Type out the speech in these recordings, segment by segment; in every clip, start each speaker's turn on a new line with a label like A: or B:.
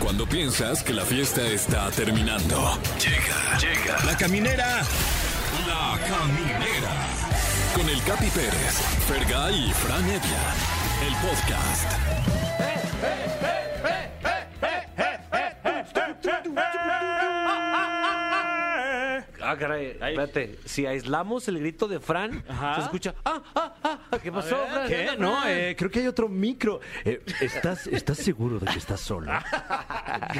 A: Cuando piensas que la fiesta está terminando. Llega, llega. La caminera. La caminera. Con el Capi Pérez, Fergay y Fran Evia. El podcast.
B: Ah, caray, espérate. Si aislamos el grito de Fran, se escucha. ¡Ah, ah, ah! ¿Qué pasó, Fran?
C: ¿Qué? No, eh, creo que hay otro micro. Eh, ¿estás, ¿Estás seguro de que estás sola?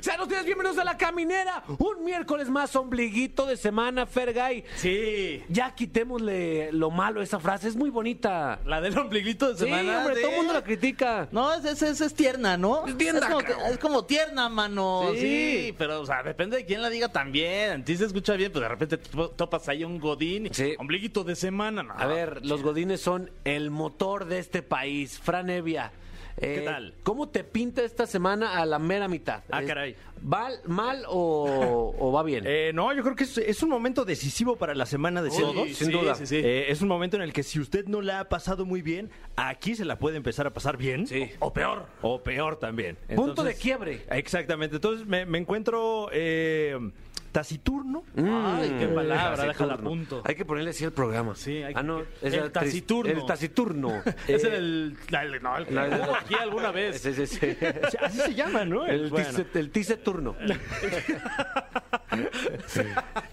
B: Sean ustedes bienvenidos a La Caminera. Un miércoles más, ombliguito de semana, Fergay.
D: Sí,
B: Ya quitémosle lo malo a esa frase, es muy bonita.
D: la del ombliguito de
B: Sí,
D: semana.
B: hombre, todo el
D: sí.
B: mundo la critica.
D: No, es, es, es, es tierna, ¿no?
B: Es tierna,
D: como,
B: cabrón.
D: es como tierna, mano.
B: Sí.
D: Sí. pero, o sea, depende de quién la diga también. A ti se escucha bien, pero de repente to- topas ahí un godín.
B: Sí.
D: Ombliguito de semana. no.
B: A ver, los godines son el motor de este país. Fran Evia. eh,
D: ¿Qué tal?
B: ¿Cómo te pinta esta semana a la mera mitad?
D: Ah,
B: Eh,
D: caray.
B: ¿Va mal o, o va bien?
C: Eh, no, yo creo que es, es un momento decisivo para la semana de
D: Sí,
C: todos.
D: sí,
B: sin duda.
D: sí, sí.
C: Eh, es un momento en el que si usted no la ha pasado muy bien, aquí se la puede empezar a pasar bien.
B: Sí.
C: O, o peor. O peor también.
B: Punto de quiebre.
C: Exactamente. Entonces me, me encuentro eh, taciturno.
D: Ay, qué palabra, déjala a
B: Taciturno.
D: punto.
B: mm. Hay que ponerle así el programa.
D: Sí, hay
B: ah,
D: que-
B: no, es
D: el
B: la tris-
D: taciturno.
B: El taciturno.
D: Es
B: Eh,
D: el. la- el- no, el que
B: la-
D: hubo aquí alguna vez.
B: Sí, sí, sí.
C: O sea, Así se llama, ¿no?
B: El,
C: Bueno.
B: tice- el ticeturno.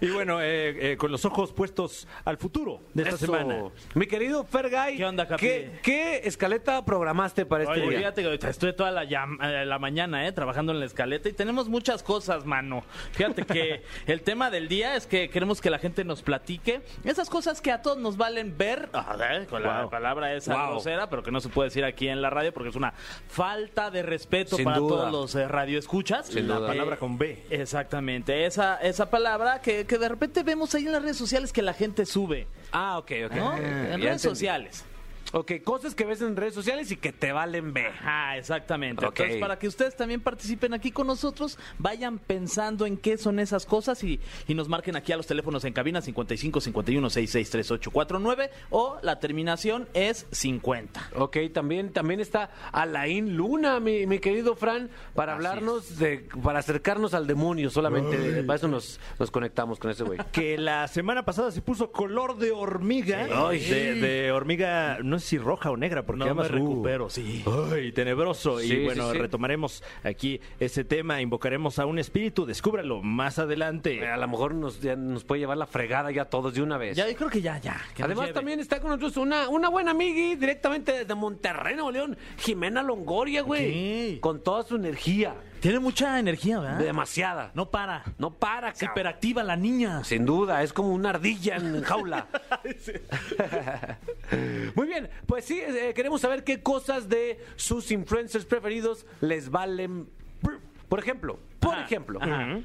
C: Y bueno, eh, eh, con los ojos puestos al futuro de esta
B: Eso.
C: semana.
B: Mi querido Fergay,
D: ¿Qué onda, Capi?
B: ¿qué, qué escaleta programaste para este
D: Oye,
B: día?
D: fíjate que ahorita estuve toda la, llam- eh, la mañana, eh, trabajando en la escaleta y tenemos muchas cosas, mano. Fíjate que el tema del día es que queremos que la gente nos platique esas cosas que a todos nos valen ver, a ver, con la
C: Wow.
D: palabra esa
B: Wow.
D: grosera, pero que no se puede decir aquí en la radio porque es una falta de respeto
B: Sin
D: para
B: duda.
D: todos los eh, radioescuchas.
B: Sin
C: La
B: duda.
C: palabra con B.
D: Exactamente, esa, esa palabra que, que de repente vemos ahí en las redes sociales que la gente sube,
B: Ah, ok, ok.
D: ¿no?
B: Ah,
D: en
B: ya
D: redes
B: entendí.
D: sociales.
B: Ok, cosas que ves en redes sociales y que te valen ver.
D: Ah, exactamente.
B: Ok.
D: Entonces, para que ustedes también participen aquí con nosotros, vayan pensando en qué son esas cosas y, y nos marquen aquí a los teléfonos en cabina 55 51 66 38 49 o la terminación es 50.
B: Ok, también, también está Alain Luna, mi, mi querido Fran, para
D: Así
B: hablarnos de, para acercarnos al demonio solamente. Para eso nos, nos conectamos con ese güey.
C: que la semana pasada se puso color de hormiga.
B: Ay,
C: de, de hormiga, no sé si roja o negra, porque
D: No
C: además
D: me recupero, sí.
C: Ay, tenebroso.
B: Sí, sí,
C: y bueno,
B: sí.
C: retomaremos aquí ese tema. Invocaremos a un espíritu. Descúbralo más adelante.
B: Eh, A lo mejor nos, ya nos puede llevar la fregada ya todos de una vez.
D: Ya, yo creo que ya, ya. que nos
B: Además,
D: lleve.
B: también está con nosotros una, una buena amigui directamente desde Monterrey, Nuevo León, Jimena Longoria, güey.
D: Ok.
B: Con toda su energía,
D: Tiene mucha energía, ¿verdad?
B: demasiada.
D: No para.
B: No para,
D: Se
B: cabrón.
D: hiperactiva la niña.
B: Sin duda, es como una ardilla en jaula. Muy bien, pues sí, eh, queremos saber qué cosas de sus influencers preferidos les valen. Por ejemplo, por
D: Ajá,
B: ejemplo,
D: ajá.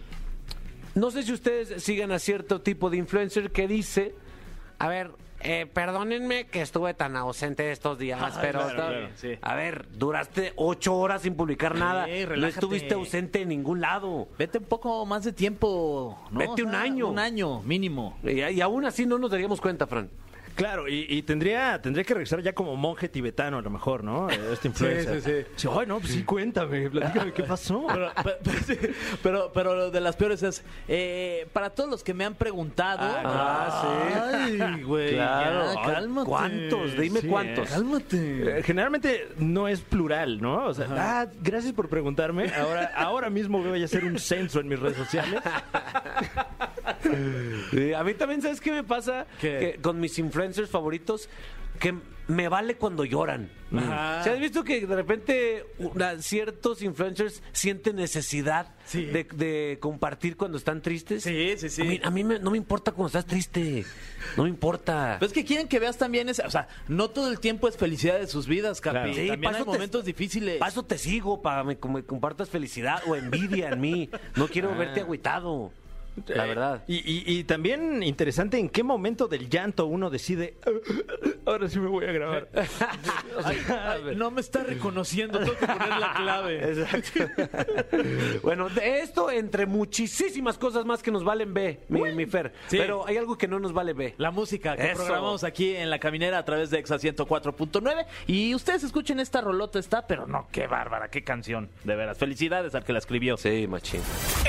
B: no sé si ustedes sigan a cierto tipo de influencer que dice, a ver, eh, perdónenme que estuve tan ausente estos días,
D: Ah,
B: pero
D: claro,
B: está-
D: claro, sí.
B: a ver, duraste ocho horas sin publicar nada, no
D: relájate.
B: estuviste ausente en ningún lado.
D: Vete un poco más de tiempo. ¿no?
B: Vete un año.
D: Un año mínimo.
B: Y, y aún así no nos daríamos cuenta, Fran.
C: Claro, y, y tendría, tendría que regresar ya como monje tibetano, a lo mejor, ¿no? Eh, Este influencer.
D: sí, sí.
C: Ay, no, pues sí, cuéntame, platícame qué pasó.
D: Pero, pero, pero sí, pero- pero lo de las peores es, eh, para todos los que me han preguntado.
B: Ah,
D: sí. Ay, güey.
B: Claro.
D: ya,
B: Ay,
D: cálmate.
B: ¿cuántos? Dime cuántos.
D: Cálmate.
C: Eh, Generalmente no es plural, ¿no? O sea, ah, gracias por preguntarme. Ahora, ahora mismo voy a hacer un censo en mis redes sociales.
B: Sí, a mí también, ¿sabes qué me pasa?
D: ¿Qué?
B: Que con mis influencers favoritos, que me vale cuando lloran.
D: Ajá.
B: ¿Se has visto que de repente una- ciertos influencers sienten necesidad
D: Sí.
B: de, de compartir cuando están tristes?
D: Sí, sí, sí.
B: A mí, a mí me- no me importa cuando estás triste. No me importa.
D: Pero es que quieren que veas también ese, o sea, no todo el tiempo es felicidad de sus vidas, Capi.
C: Claro.
B: Sí,
D: también
B: pa'
D: hay
B: eso te-
D: momentos difíciles.
B: Para eso te
D: Ah.
B: sigo, para que me compartas felicidad o envidia en mí. No quiero verte agüitado. la
C: Eh,
B: verdad.
C: Y, y- y también interesante en qué momento del llanto uno decide, "Ah, ahora sí me voy a grabar. O sea, a ver.
D: No me está reconociendo, tengo que poner la clave.
B: Bueno, de esto entre muchísimas cosas más que nos valen B, mi, mi Fer.
D: Sí.
B: Pero hay algo que no nos vale B.
D: La música que
B: Eso.
D: programamos aquí en La Caminera a través de Exa 104.9. Y ustedes escuchen esta rolota, está, pero no, qué bárbara, qué canción. De veras, felicidades al que la escribió.
B: Sí, machín.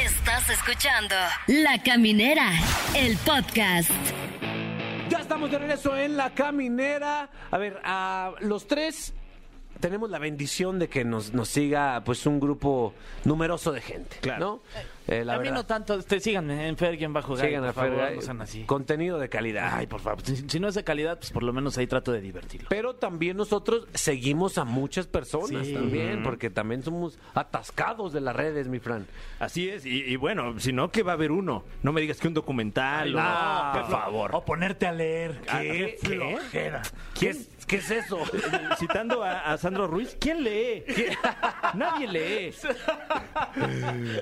E: Estás escuchando La Caminera, el podcast.
B: Ya estamos de regreso en la caminera. A ver, a los tres tenemos la bendición de que nos, nos siga pues un grupo numeroso de gente.
C: Claro.
B: ¿no? Eh, la
D: a mí no
B: verdad.
D: tanto, este, síganme en Fergien bajo Gary,
B: Sigan a
D: por favor,
B: Fer,
D: no sean así.
B: Contenido de calidad.
D: Ay, por favor, si, si no es de calidad, pues por lo menos ahí trato de divertirlo.
B: Pero también nosotros seguimos a muchas personas
D: Sí.
B: también, porque también somos atascados de las redes, mi Fran.
C: Así es, y, y bueno, si no, que va a haber uno. No me digas que un documental. o-
D: Ah,
B: no, Ah,
C: por favor.
D: O ponerte a leer.
C: ¿Qué? ¿Qué?
B: ¿Qué es, qué es eso?
C: Citando a, a Sandro Ruiz, ¿quién lee? ¿Quién- Nadie lee.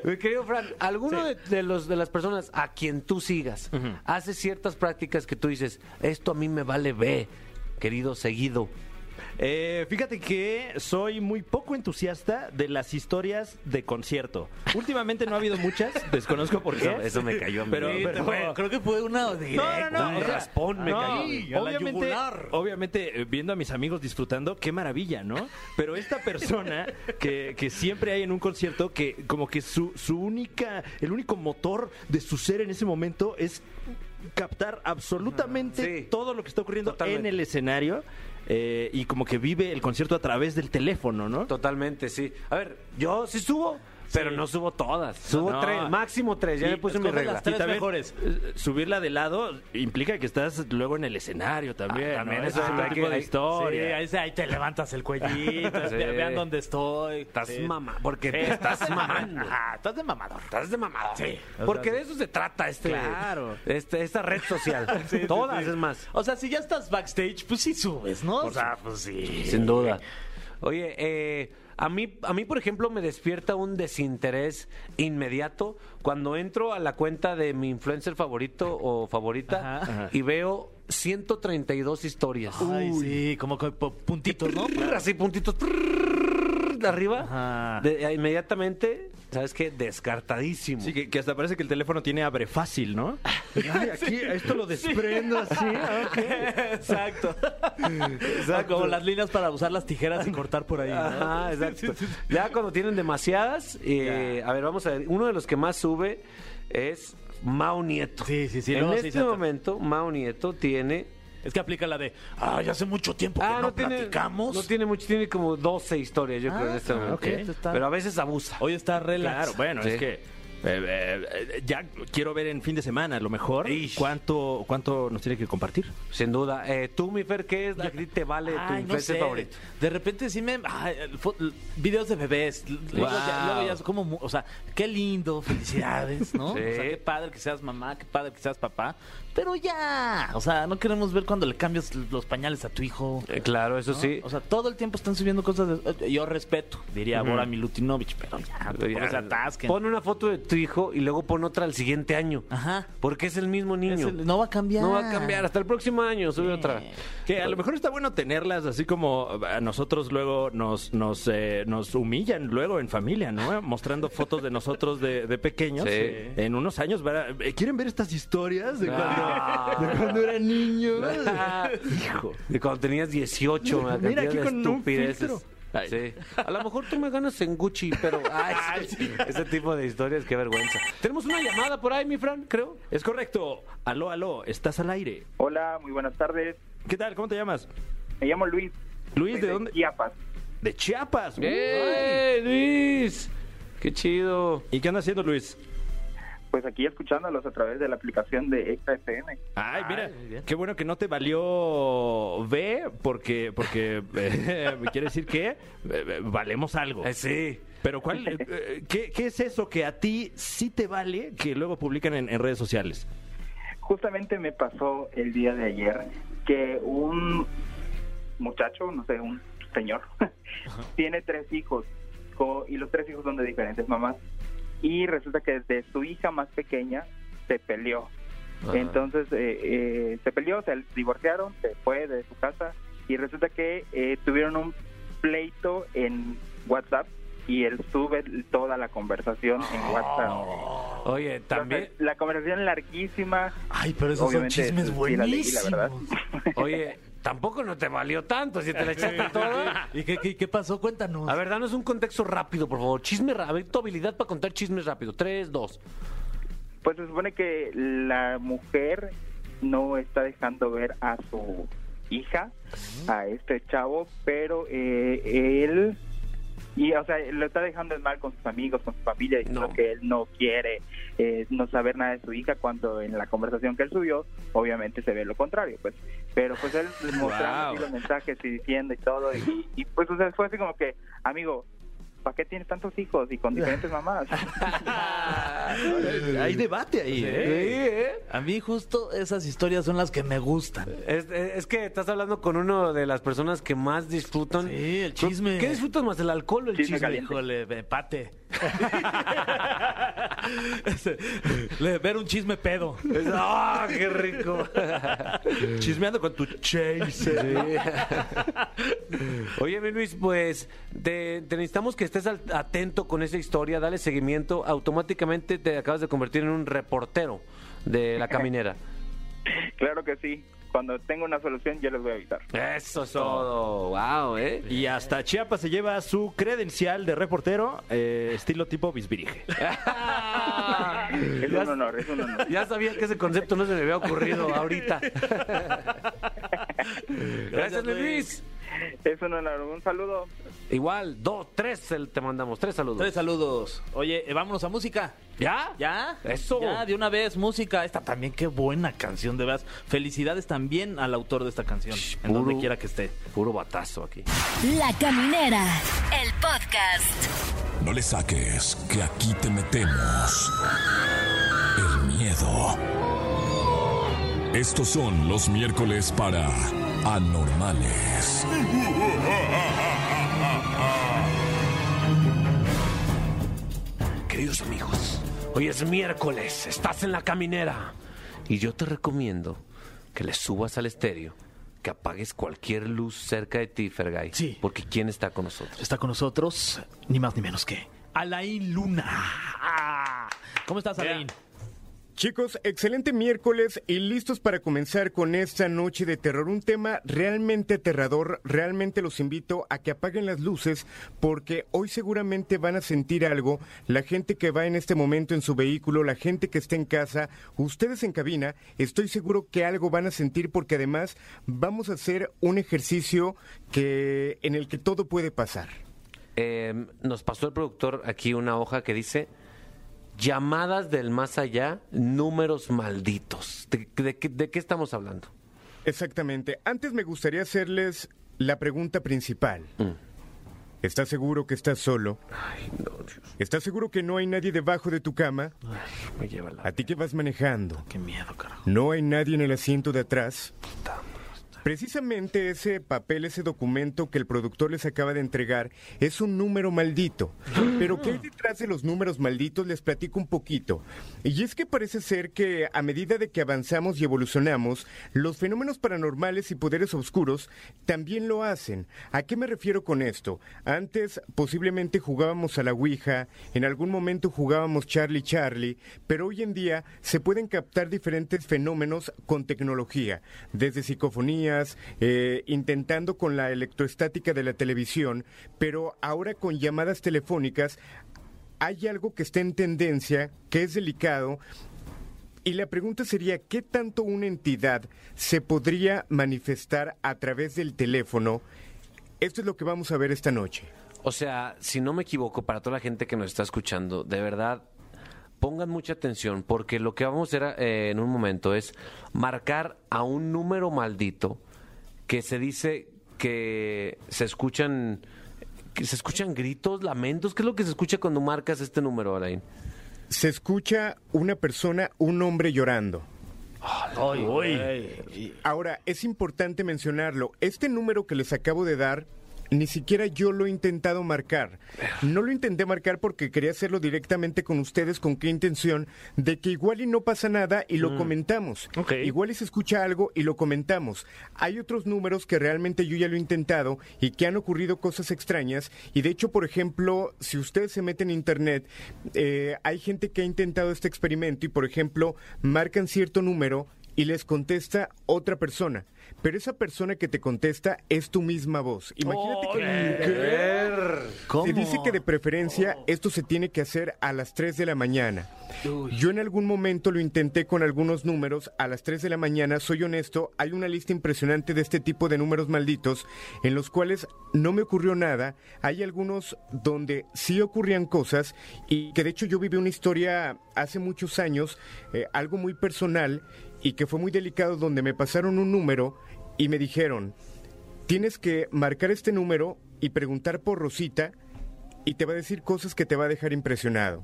B: Mi querido Fran, ¿alguno de, de los, de las personas a quien tú sigas hace ciertas prácticas que tú dices, esto a mí me vale B, querido seguido?
C: Eh, fíjate que soy muy poco entusiasta de las historias de concierto. Últimamente no ha habido muchas, desconozco por qué.
B: Eso- eso me cayó a mí.
C: Pero,
B: Sí,
C: pero-
D: creo que fue una
C: No, no, no.
B: Un
C: o sea,
B: raspón me
C: no,
B: cayó.
D: Sí, a la
C: obviamente,
D: yugular.
C: obviamente, eh, viendo a mis amigos disfrutando, qué maravilla, ¿no? Pero esta persona que, que siempre hay en un concierto que como que su, su única, el único motor de su ser en ese momento es captar absolutamente
B: Sí.
C: todo lo que está ocurriendo en
B: Totalmente.
C: el escenario eh, y como que vive el concierto a través del teléfono, ¿no?
B: Totalmente, sí. A ver, yo sí subo, pero no subo todas. Subo
C: No.
B: tres, máximo tres, ya
C: Y
B: le puse mi
D: escoge
B: regla.
D: las tres
C: Y también,
D: mejores.
C: eh, Subirla de lado implica que estás luego en el escenario también.
B: Ah, también
C: ¿no?
B: eso
C: Es otro
B: hay que-
C: tipo de
B: hay-
C: historia.
D: ahí te levantas el cuellito,
B: Sí.
D: vean dónde estoy.
B: Estás
D: Sí.
B: mamá, porque
D: Sí,
B: te estás
D: de mamá-
B: mamando.
D: Ajá, estás de mamador.
B: Estás de mamada.
D: Sí.
B: Porque de eso se trata este,
C: Claro.
B: este esta red social. Todas, es más.
D: O sea, si ya estás backstage, pues sí subes, ¿no? O sea, pues sí.
B: Sin duda. Oye, eh, a, mí, a mí, por ejemplo, me despierta un desinterés inmediato cuando entro a la cuenta de mi influencer favorito o favorita
D: Ajá. Ah.
B: y veo 132 historias.
D: Ay, sí, como que po- puntitos, ¿no?
B: Prrr, Así puntitos prrr, de arriba.
D: Ajá.
B: De- inmediatamente, ¿sabes qué? Descartadísimo.
C: Sí, que, que hasta parece que el teléfono tiene abre fácil, ¿no? Ay, aquí, esto lo desprendo así. ah. ok.
D: Exacto. O Como las líneas para usar las tijeras y cortar por ahí. ¿no?
B: Ajá, exacto. Ya cuando tienen demasiadas, eh, a ver, vamos a ver. Uno de los que más sube es Mao Nieto.
D: Sí, sí, sí,
B: En
D: luego sí
B: este
D: se atra-
B: momento, Mao Nieto tiene. Ah,
D: Es que aplica la de, ay, hace mucho tiempo que no, platicamos. Ah,
B: no tiene mucho, tiene como 12 historias, yo creo, en este momento.
C: ok.
D: Esto está-
B: Pero a veces abusa.
D: Hoy está relax.
C: Claro, bueno,
B: Sí.
C: es que. eh, eh, eh, ya quiero ver en fin de semana, a lo mejor. ¿Cuánto, ¿Cuánto nos tiene que compartir?
B: Sin duda. Eh, tú, mi Fer, ¿qué es la que te vale tu
D: Ay, no
B: influencer
D: sé.
B: favorito?
D: De repente sí me... ay, el fo- l- videos de bebés. L- Luego ya, luego ya es como... mu- O sea, qué lindo, felicidades, ¿no?
B: Sí.
D: O sea, qué padre que seas mamá, qué padre que seas papá. Pero ya, o sea, no queremos ver cuando le cambias l- los pañales a tu hijo.
B: Eh, claro, eso
D: ¿no?
B: sí.
D: O sea, todo el tiempo están subiendo cosas. de- eh, yo respeto, diría Bora Milutinovich, pero ya,
B: Pero ya,
D: tampoco pues se atasquen.
B: pon una foto de tu hijo y luego pon otra al siguiente año.
D: Ajá.
B: Porque es el mismo niño.
D: Es el- no va a cambiar.
B: No va a cambiar. Hasta el próximo año sube otra.
C: Que a lo mejor está bueno tenerlas así como a nosotros luego nos nos, eh, nos humillan luego en familia, ¿no? Mostrando fotos de nosotros de, de pequeños.
B: Sí.
C: Eh, En unos años van a- eh, ¿Quieren ver estas historias de cuando,
B: Ah.
C: de cuando era niño?
B: Hijo. Y cuando tenías 18, una
C: Mira,
B: cantidad
C: aquí
B: de
C: con un
B: estupideces.
C: filtro. Ay.
B: Sí. A lo mejor tú me ganas en Gucci, pero ay, sí. ese tipo de historias, qué vergüenza. Tenemos una llamada por ahí, mi Fran, creo.
C: Es correcto. Aló, aló, estás al aire.
F: Hola, muy buenas tardes.
C: ¿Qué tal? ¿Cómo te llamas?
F: Me llamo Luis.
C: Luis,
F: Soy
C: ¿de dónde?
F: Chiapas.
C: De Chiapas.
B: ¡Eh, Luis! ¡Qué chido!
C: ¿Y qué anda haciendo Luis?
F: Pues aquí escuchándolos a través de la aplicación de Extra FM.
C: Ay, mira,
D: muy bien.
C: qué bueno que no te valió B, porque, porque eh, quiere decir que eh, eh, valemos algo.
B: Eh, sí.
C: Pero ¿cuál, eh, eh, qué, qué es eso que a ti sí te vale que luego publican en, en redes sociales?
F: Justamente me pasó el día de ayer que un muchacho, no sé, un señor, tiene tres hijos co- y los tres hijos son de diferentes mamás. Y resulta que de su hija más pequeña se peleó.
B: Ajá.
F: Entonces eh, eh, se peleó, se divorciaron, se fue de su casa y resulta que eh, tuvieron un pleito en WhatsApp y él sube toda la conversación en WhatsApp.
C: Oh.
B: Oye, Oh, también.
F: Entonces, la conversación larguísima.
G: Ay, pero esos
F: obviamente,
G: son chismes
F: sí la leí, la
G: buenísimos.
F: verdad.
B: Oye, tampoco no te valió tanto si te la echaste toda.
G: ¿Y qué, qué- qué pasó? Cuéntanos.
B: A ver, danos un contexto rápido, por favor. Chisme rápido. A ver, tu habilidad para contar chismes rápido. Tres, dos.
F: Pues se supone que la mujer no está dejando ver a su hija, a este chavo, pero eh, él, y o sea, lo está dejando en mal con sus amigos, con su familia, diciendo
B: No.
F: que él no quiere eh, no saber nada de su hija, cuando en la conversación que él subió, obviamente se ve lo contrario, pues. Pero pues él mostrando así los mensajes y diciendo y todo, y, y, pues o sea, fue así como que, amigo, ¿para qué tienes tantos hijos y con diferentes mamás?
C: Hay debate ahí, ¿eh?
D: A mí justo esas historias son las que me gustan.
B: Es, es que estás hablando con uno de las personas que más disfrutan.
G: Sí, el chisme.
B: ¿Qué disfrutas más, el alcohol o el
F: Chisme
B: chisme?
F: caliente.
G: Híjole, empate. Este, le- Ver un chisme pedo.
B: ¡Ah, qué rico!
C: Chismeando con tu chase.
B: Oye, mi Luis, pues te, te necesitamos que estés al- atento con esa historia, dale seguimiento. Automáticamente te acabas de convertir en un reportero de la caminera.
F: Claro que sí. Cuando tengo una solución, yo les voy a avisar.
B: Eso es todo. ¡Wow, eh!
C: Y hasta Chiapas se lleva su credencial de reportero, eh, estilo tipo bisbirige.
F: Es un honor, es un honor.
B: Ah. Ya sabía que ese concepto no se me había ocurrido ahorita. Gracias, mi Luis.
F: Es un honor. Un saludo.
B: Igual, dos, tres el- te mandamos. Tres saludos.
D: Tres saludos. Oye, eh, vámonos a música.
B: ¿Ya?
D: ¿Ya?
B: Eso.
D: Ya, de una vez, música. Esta también, qué buena canción, de verdad. Felicidades también al autor de esta canción, en
B: puro-
D: donde quiera que esté.
B: Puro batazo aquí.
E: La Caminera, el podcast.
A: No le saques que aquí te metemos el miedo. Estos son los miércoles para anormales.
B: Queridos amigos, hoy es miércoles, estás en la caminera. Y yo te recomiendo que le subas al estéreo, que apagues cualquier luz cerca de ti, Fergay.
G: Sí.
B: Porque ¿quién está con nosotros?
G: Está con nosotros, ni más ni menos que Alain Luna.
D: ¿Cómo estás, Alain?
H: Chicos, excelente miércoles y listos para comenzar con esta noche de terror. Un tema realmente aterrador. Realmente los invito a que apaguen las luces porque hoy seguramente van a sentir algo. La gente que va en este momento en su vehículo, la gente que está en casa, ustedes en cabina, estoy seguro que algo van a sentir porque además vamos a hacer un ejercicio que en el que todo puede pasar.
B: Eh, nos pasó el productor aquí una hoja que dice llamadas del más allá, números malditos. ¿De, de qué- de qué estamos hablando?
H: Exactamente. Antes me gustaría hacerles la pregunta principal. ¿Estás seguro que estás solo? ¿Estás seguro que no hay nadie debajo de tu cama?
B: Me lleva la...
H: ¿A ti que vas manejando?
G: Qué miedo, carajo.
H: ¿No hay nadie en el asiento de atrás? Precisamente ese papel, ese documento que el productor les acaba de entregar es un número maldito. Pero ¿qué hay detrás de los números malditos? Les platico un poquito. Y es que parece ser que a medida de que avanzamos y evolucionamos, los fenómenos paranormales y poderes oscuros también lo hacen. ¿A qué me refiero con esto? Antes posiblemente jugábamos a la Ouija, en algún momento jugábamos Charlie Charlie, pero hoy en día se pueden captar diferentes fenómenos con tecnología, desde psicofonías, eh, intentando con la electroestática de la televisión, pero ahora con llamadas telefónicas hay algo que está en tendencia, que es delicado. Y la pregunta sería, ¿qué tanto una entidad se podría manifestar a través del teléfono? Esto es lo que vamos a ver esta noche.
B: O sea, si no me equivoco, para toda la gente que nos está escuchando, de verdad, pongan mucha atención, porque lo que vamos a hacer eh, en un momento es marcar a un número maldito que se dice que se escuchan, que se escuchan gritos, lamentos. ¿Qué es lo que se escucha cuando marcas este número, Alain?
H: Se escucha una persona, un hombre llorando. Ahora, es importante mencionarlo, este número que les acabo de dar Ni siquiera yo lo he intentado marcar. No lo intenté marcar porque quería hacerlo directamente con ustedes, con qué intención, de que igual y no pasa nada y lo comentamos.
C: Ok.
H: Igual y se escucha algo y lo comentamos. Hay otros números que realmente yo ya lo he intentado y que han ocurrido cosas extrañas. Y de hecho, por ejemplo, si ustedes se meten en internet, eh, hay gente que ha intentado este experimento y, por ejemplo, marcan cierto número y les contesta otra persona. Pero esa persona que te contesta es tu misma voz. Imagínate que... Se dice que de preferencia esto se tiene que hacer a las 3 de la mañana. Yo en algún momento lo intenté con algunos números a las 3 de la mañana, soy honesto, hay una lista impresionante de este tipo de números malditos en los cuales no me ocurrió nada, hay algunos donde sí ocurrían cosas y que de hecho yo viví una historia hace muchos años, eh, algo muy personal y que fue muy delicado donde me pasaron un número y me dijeron, tienes que marcar este número y preguntar por Rosita y te va a decir cosas que te va a dejar impresionado.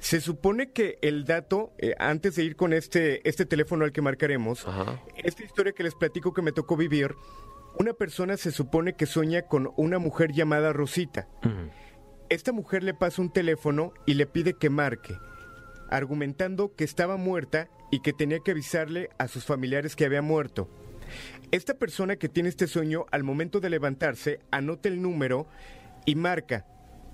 H: Se supone que el dato, eh, antes de ir con este, este teléfono al que marcaremos, esta historia que les platico que me tocó vivir, una persona se supone que sueña con una mujer llamada Rosita. Esta mujer le pasa un teléfono y le pide que marque, argumentando que estaba muerta y que tenía que avisarle a sus familiares que había muerto. Esta persona que tiene este sueño, al momento de levantarse, anota el número y marca.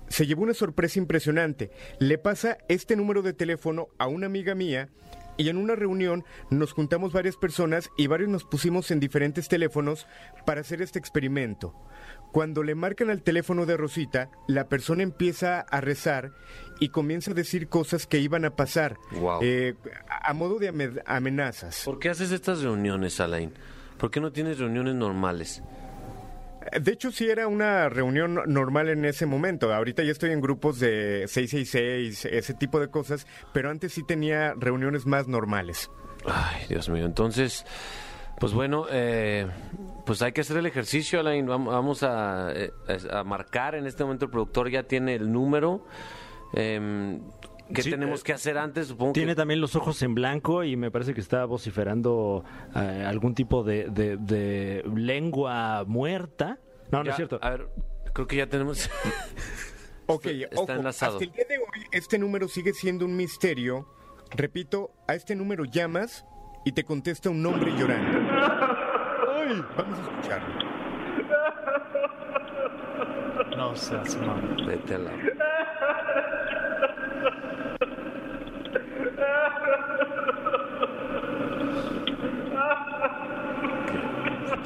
H: Se llevó una sorpresa impresionante. Le pasa este número de teléfono a una amiga mía y en una reunión nos juntamos varias personas y varios nos pusimos en diferentes teléfonos para hacer este experimento. Cuando le marcan al teléfono de Rosita, la persona empieza a rezar y comienza a decir cosas que iban a pasar
B: Guau.
H: eh, a a modo de amed- amenazas.
B: ¿Por qué haces estas reuniones, Alain? ¿Por qué no tienes reuniones normales?
H: Eh, De hecho, sí era una reunión normal en ese momento. Ahorita ya estoy en grupos de 666, ese tipo de cosas, pero antes sí tenía reuniones más normales.
B: Ay, Dios mío. Entonces, pues bueno, eh, pues hay que hacer el ejercicio, Alain. Vam- Vamos a, eh, a marcar. En este momento el productor ya tiene el número. Em, ¿Qué
C: Sí,
B: tenemos
C: eh,
B: que hacer antes? Supongo
C: Tiene
B: que...
C: también los ojos en blanco y me parece que está vociferando eh, algún tipo de, de- de lengua muerta. No, no
B: Ya, ah,
C: es cierto.
B: A ver, creo que ya tenemos...
H: Ok,
B: Está- está
H: ojo,
B: enlazado.
H: hasta el día de hoy este número sigue siendo un misterio. Repito, a este número llamas y te contesta un hombre llorando. Vamos a escucharlo.
G: No seas mamón.
B: Vete a la...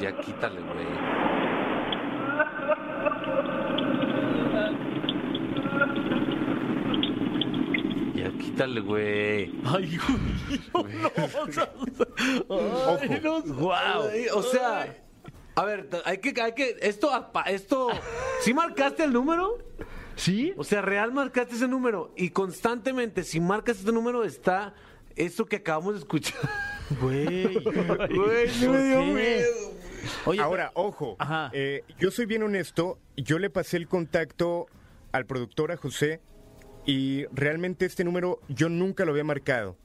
B: Ya quítale, güey. Ya quítale, güey.
G: Ay, güey. No, o sea, ay, no,
B: Wow. O sea, a ver, t- hay que, hay que, esto, apa- esto, ¿sí marcaste el número?
C: ¿Sí?
B: O sea, real marcaste ese número y constantemente, si marcas ese número, está esto que acabamos de escuchar.
G: Güey.
B: Güey, sí me dio miedo.
G: Oye,
H: Ahora, ojo,
G: Ajá.
H: eh, yo soy bien honesto, yo le pasé el contacto al productor, a José, y realmente este número yo nunca lo había marcado.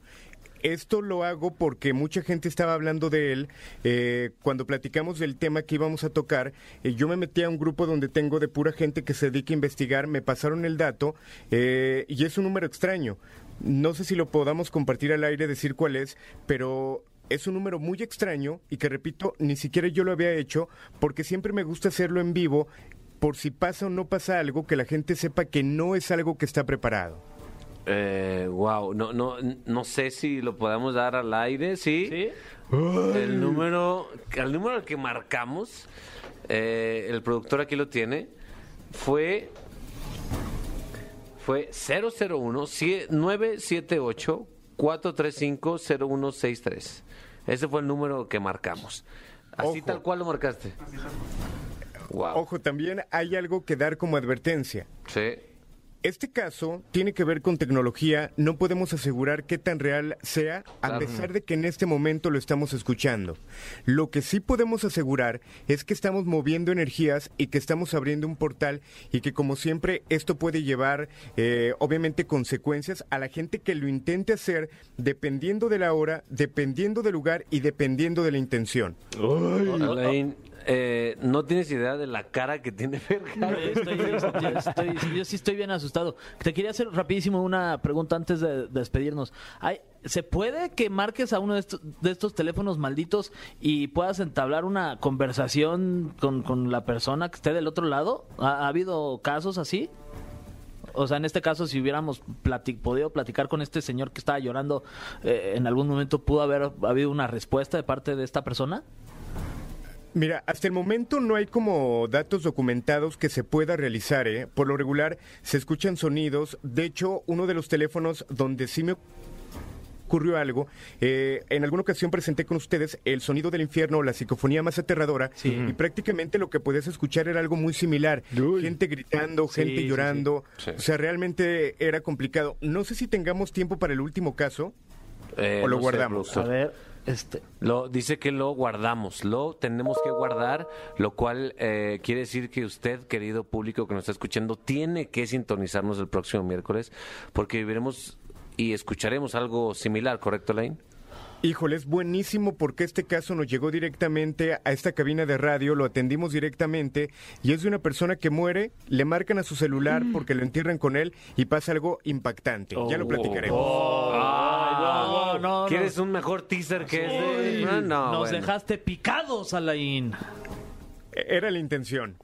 H: Esto lo hago porque mucha gente estaba hablando de él. eh, cuando platicamos del tema que íbamos a tocar, eh, yo me metí a un grupo donde tengo de pura gente que se dedica a investigar, me pasaron el dato eh, y es un número extraño. No sé si lo podamos compartir al aire, decir cuál es, pero es un número muy extraño y que repito, ni siquiera yo lo había hecho porque siempre me gusta hacerlo en vivo por si pasa o no pasa algo, que la gente sepa que no es algo que está preparado.
B: Eh, wow, no, no, no sé si lo podamos dar al aire, ¿sí?
G: ¿Sí?
B: El número, el número al que marcamos, eh, el productor aquí lo tiene, fue, fue 001 978 435 0163. Ese fue el número que marcamos. Así
H: Ojo.
B: tal cual lo marcaste. Wow.
H: Ojo, también hay algo que dar como advertencia.
B: Sí.
H: Este caso tiene que ver con tecnología, no podemos asegurar qué tan real sea, a
B: Claro.
H: pesar de que en este momento lo estamos escuchando. Lo que sí podemos asegurar es que estamos moviendo energías y que estamos abriendo un portal y que como siempre esto puede llevar eh, obviamente consecuencias a la gente que lo intente hacer dependiendo de la hora, dependiendo del lugar y dependiendo de la intención.
B: Alain, eh, no tienes idea de la cara que tiene Fergay.
D: Estoy- yo, estoy- yo sí estoy bien asustado. Te quería hacer rapidísimo una pregunta antes de despedirnos. Ay, ¿Se puede que marques a uno de estos, de estos teléfonos malditos y puedas entablar una conversación con, con la persona que esté del otro lado? ¿Ha, ha habido casos así? O sea, en este caso, si hubiéramos plati- podido platicar con este señor que estaba llorando, eh, ¿en algún momento pudo haber habido una respuesta de parte de esta persona?
H: Mira, hasta el momento no hay como datos documentados que se pueda realizar, ¿eh? Por lo regular se escuchan sonidos. De hecho, uno de los teléfonos donde sí me ocurrió algo, eh, en alguna ocasión presenté con ustedes el sonido del infierno o la psicofonía más aterradora y prácticamente lo que podías escuchar era algo muy similar. Gente gritando, gente llorando. O sea, realmente era complicado. No sé si tengamos tiempo para el último caso.
B: Eh,
H: O lo
B: sé,
H: guardamos.
B: productor.
D: ver, este...
B: Lo, dice que lo guardamos, lo tenemos que guardar, lo cual eh, quiere decir que usted, querido público que nos está escuchando, tiene que sintonizarnos el próximo miércoles porque viviremos y escucharemos algo similar, ¿correcto, Lain?
H: Híjole, es buenísimo porque este caso nos llegó directamente a esta cabina de radio, lo atendimos directamente y es de una persona que muere, le marcan a su celular porque lo entierran con él y pasa algo impactante. ya lo platicaremos. Ah.
D: no, no, no.
B: ¿Quieres un mejor teaser que ese? No, no,
D: Nos
B: bueno.
D: dejaste picados, Alain.
H: E-, Era la intención.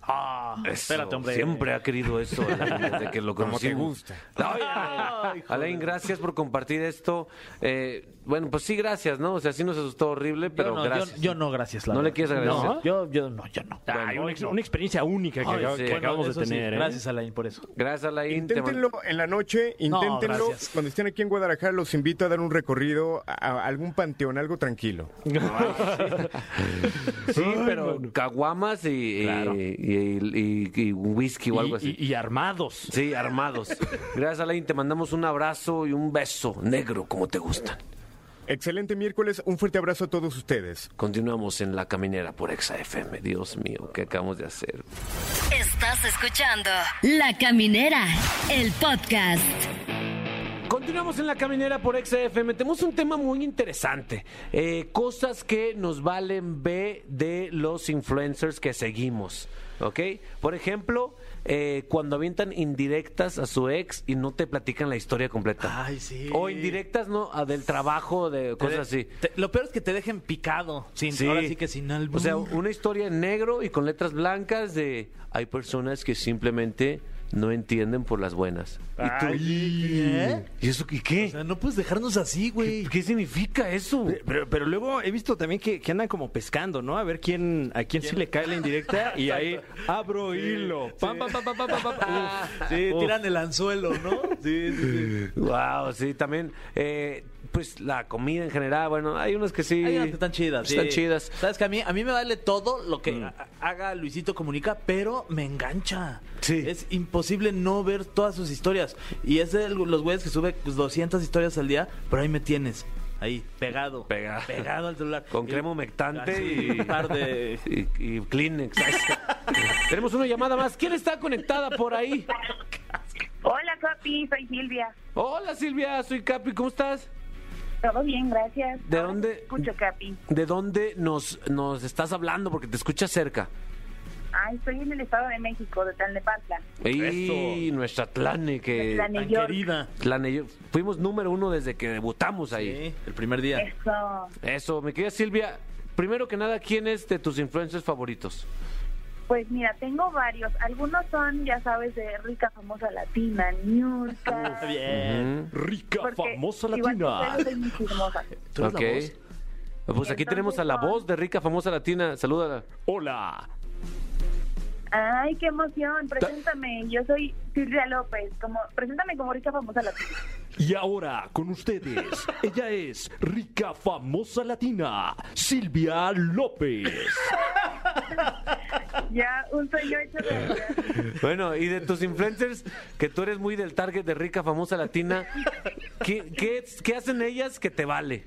B: Eso,
D: Espérate, hombre.
B: Siempre ha querido eso Alain, desde que lo
H: Como te
B: conocimos.
H: gusta.
B: Ay, Alain, Alain, gracias por compartir esto. Eh, bueno, pues sí, gracias, ¿no? O sea, sí nos asustó horrible, pero
D: yo no,
B: gracias.
D: Yo, yo no, gracias, la
B: ¿No le
D: verdad.
B: quieres agradecer?
D: No, yo, yo no, yo no.
C: Ah, una, ex- una experiencia única que,
D: Ay,
C: acaba-
B: sí.
C: que
B: Bueno,
C: acabamos
D: eso
C: de
D: sí,
C: tener. ¿eh?
D: Gracias, Alain, por eso.
B: Gracias, Alain. te man-
H: Inténtenlo en la noche, inténtenlo.
D: gracias.
H: Cuando estén aquí en Guadalajara, los invito a dar un recorrido a a algún panteón, algo tranquilo.
B: Sí, pero caguamas y, y- y- y- y whisky o algo
C: Y,
B: así.
C: y- y armados.
B: Sí, armados. Gracias, Alain. Te mandamos un abrazo y un beso negro, como te gustan.
H: Excelente miércoles, un fuerte abrazo a todos ustedes.
B: Continuamos en La Caminera por Exa FM. Dios mío, ¿qué acabamos de hacer?
E: Estás escuchando La Caminera, el podcast.
B: Continuamos en la caminera por XFM. Tenemos un tema muy interesante. Eh, cosas que nos valen B de los influencers que seguimos. ¿Ok? Por ejemplo, eh, cuando avientan indirectas a su ex y no te platican la historia completa.
D: Ay, sí.
B: O indirectas, ¿no? A del trabajo, de cosas así.
D: Te- lo peor es que te dejen picado. Sin,
B: Sí.
D: Ahora sí que sin albur.
B: O sea, una historia en negro y con letras blancas de hay personas que simplemente no entienden por las buenas. ¿Y tú?
D: ¿Qué?
B: ¿Y eso y qué?
D: O sea, no puedes dejarnos así, güey.
B: ¿Qué significa eso?
C: Pero, pero luego he visto también que, que andan como pescando, ¿no? A ver quién a quién, sí le cae la indirecta y ahí abro hilo. Pam, pam, pam, pam, pam, pam, pam. Uf,
D: Te
C: sí,
D: tiran el anzuelo, ¿no? Sí, sí, sí.
B: Wow, sí, también, eh, pues la comida en general, bueno, hay unas que sí.
D: Hay unas que están chidas, sí.
B: Están chidas. Mm.
D: Sabes que a mí, a mí me vale todo lo que ha- haga Luisito Comunica, pero me engancha.
B: Sí.
D: Es imposible no ver todas sus historias. Y es de los güeyes que sube pues, 200 historias al día, pero ahí me tienes. Ahí, pegado.
B: Pegado.
D: Pegado al celular.
B: Con
D: Y-
B: crema humectante
D: Así,
B: y,
D: un par de-
B: y, y Kleenex. Tenemos una llamada más. ¿Quién está conectada por ahí?
I: Hola, Capi, soy Silvia.
B: Hola Silvia, soy Capi, ¿cómo estás?
I: Todo bien, gracias.
B: ¿De
I: Ahora
B: dónde?
I: te Escucho, Capi.
B: ¿De dónde nos, nos estás hablando? Porque te escuchas cerca.
I: Ay, estoy en el Estado de México, de Tlalnepantla.
B: Y nuestra Tlane, que.
I: Tlane.
D: Tan querida.
B: Tlane, yo- fuimos número uno desde que debutamos ahí.
D: Sí, el primer día.
I: Eso.
B: Eso, mi querida Silvia, primero que nada, ¿quién es de tus influencers favoritos?
I: Pues mira, tengo varios. Algunos son, ya sabes, de rica, famosa latina, Niurka.
D: Bien.
C: Rica,
I: porque
C: famosa
I: igual que
C: latina.
I: ustedes, soy muy chismosa.
D: ¿Tú eres la
B: Ok.
D: voz?
B: Pues aquí
I: Entonces,
B: tenemos a la
I: son-
B: voz de rica, famosa latina. Salúdala.
C: Hola.
I: Ay, qué emoción. Preséntame. Yo soy Silvia López. Como, preséntame como rica, famosa latina.
C: Y ahora con ustedes, ella es rica, famosa latina, Silvia López.
I: Ya, un sueño hecho realidad.
B: Bueno, y de tus influencers, que tú eres muy del target de rica, famosa latina, ¿qué, qué, qué hacen ellas que te vale?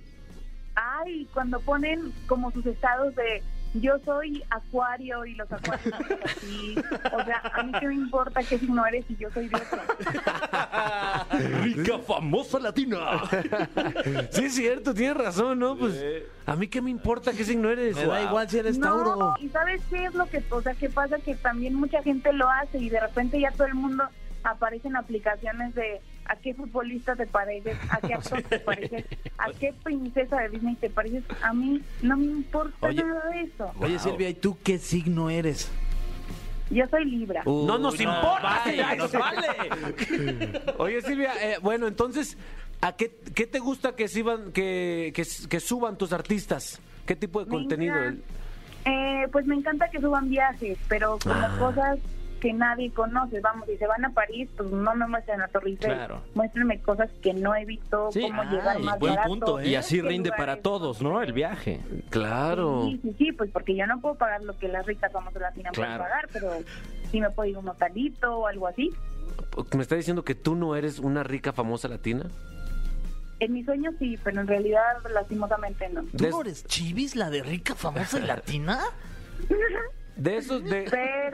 I: Ay, cuando ponen como sus estados de yo soy acuario y los acuarios son así. O sea, a mí qué me importa qué signo eres si yo soy de otro.
C: única famosa latina.
B: Sí, es cierto, tienes razón, ¿no? Pues a mí qué me importa qué signo eres.
D: Me da igual si eres Tauro.
I: No, y ¿sabes qué es lo que, o sea, qué pasa? Que también mucha gente lo hace y de repente ya todo el mundo aparecen aplicaciones de a qué futbolista te pareces, a qué actor te pareces, a qué princesa de Disney te pareces. A mí no me importa
D: Oye.
I: nada de eso.
D: Oye, Silvia, ¿y tú qué signo eres?
I: Yo soy Libra.
B: No nos importa,
D: Vaya,
B: Silvia,
D: nos
B: eso.
D: vale.
B: Oye, Silvia, eh, bueno, entonces, ¿a qué, qué te gusta que, suban, que, que, que suban tus artistas? ¿Qué tipo de
I: Me
B: contenido?
I: encanta. Eh, pues me encanta que suban viajes, pero como
C: Ah.
I: cosas que nadie conoce. Vamos, si se van a París, pues no me muestren la Torre Eiffel.
C: Claro.
I: Muéstrenme cosas que no he visto,
C: Sí,
I: cómo
C: ay,
I: llegar más
C: buen
I: barato,
D: punto, ¿eh?
C: Y así
I: qué
C: rinde para
I: lugares.
C: todos, ¿no? El viaje.
B: Claro.
I: Sí, sí, sí, pues porque yo no puedo pagar lo que las ricas famosas latinas
C: Claro.
I: pueden pagar, pero sí me puedo ir a un hotelito o algo así.
B: ¿Me está diciendo que tú no eres una rica famosa latina?
I: En mis sueños sí, pero en realidad lastimosamente no.
D: ¿Tú
B: Des-
D: no eres Chivis, la de rica, famosa y latina?
B: De esos de
I: Pero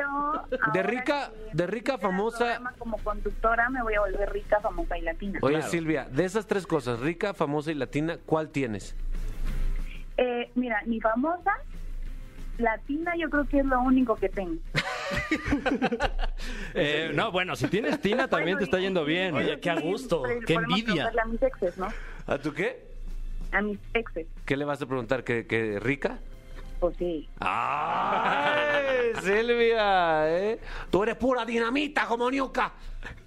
B: de
I: ahora
B: rica,
I: que
B: de rica
I: empiece el
B: famosa.
I: programa Como conductora me voy a volver rica, famosa y latina.
B: Oye,
C: Claro.
B: Silvia, de esas tres cosas, rica, famosa y latina, ¿cuál tienes?
I: Eh, mira, mi famosa latina yo creo que es lo único que tengo.
C: Eh, no, bueno, si tienes Tina Ah, también te está yendo bien.
D: Oye, qué a gusto,
I: Pero
D: qué
I: podemos
D: envidia.
I: preguntarle A mis exes, ¿no?
B: ¿A tú qué?
I: A mis exes.
B: ¿Qué le vas a preguntar? ¿Que, que rica?
I: Pues sí.
B: ¡Ay, Silvia! ¿eh? Tú eres pura dinamita como Niuca.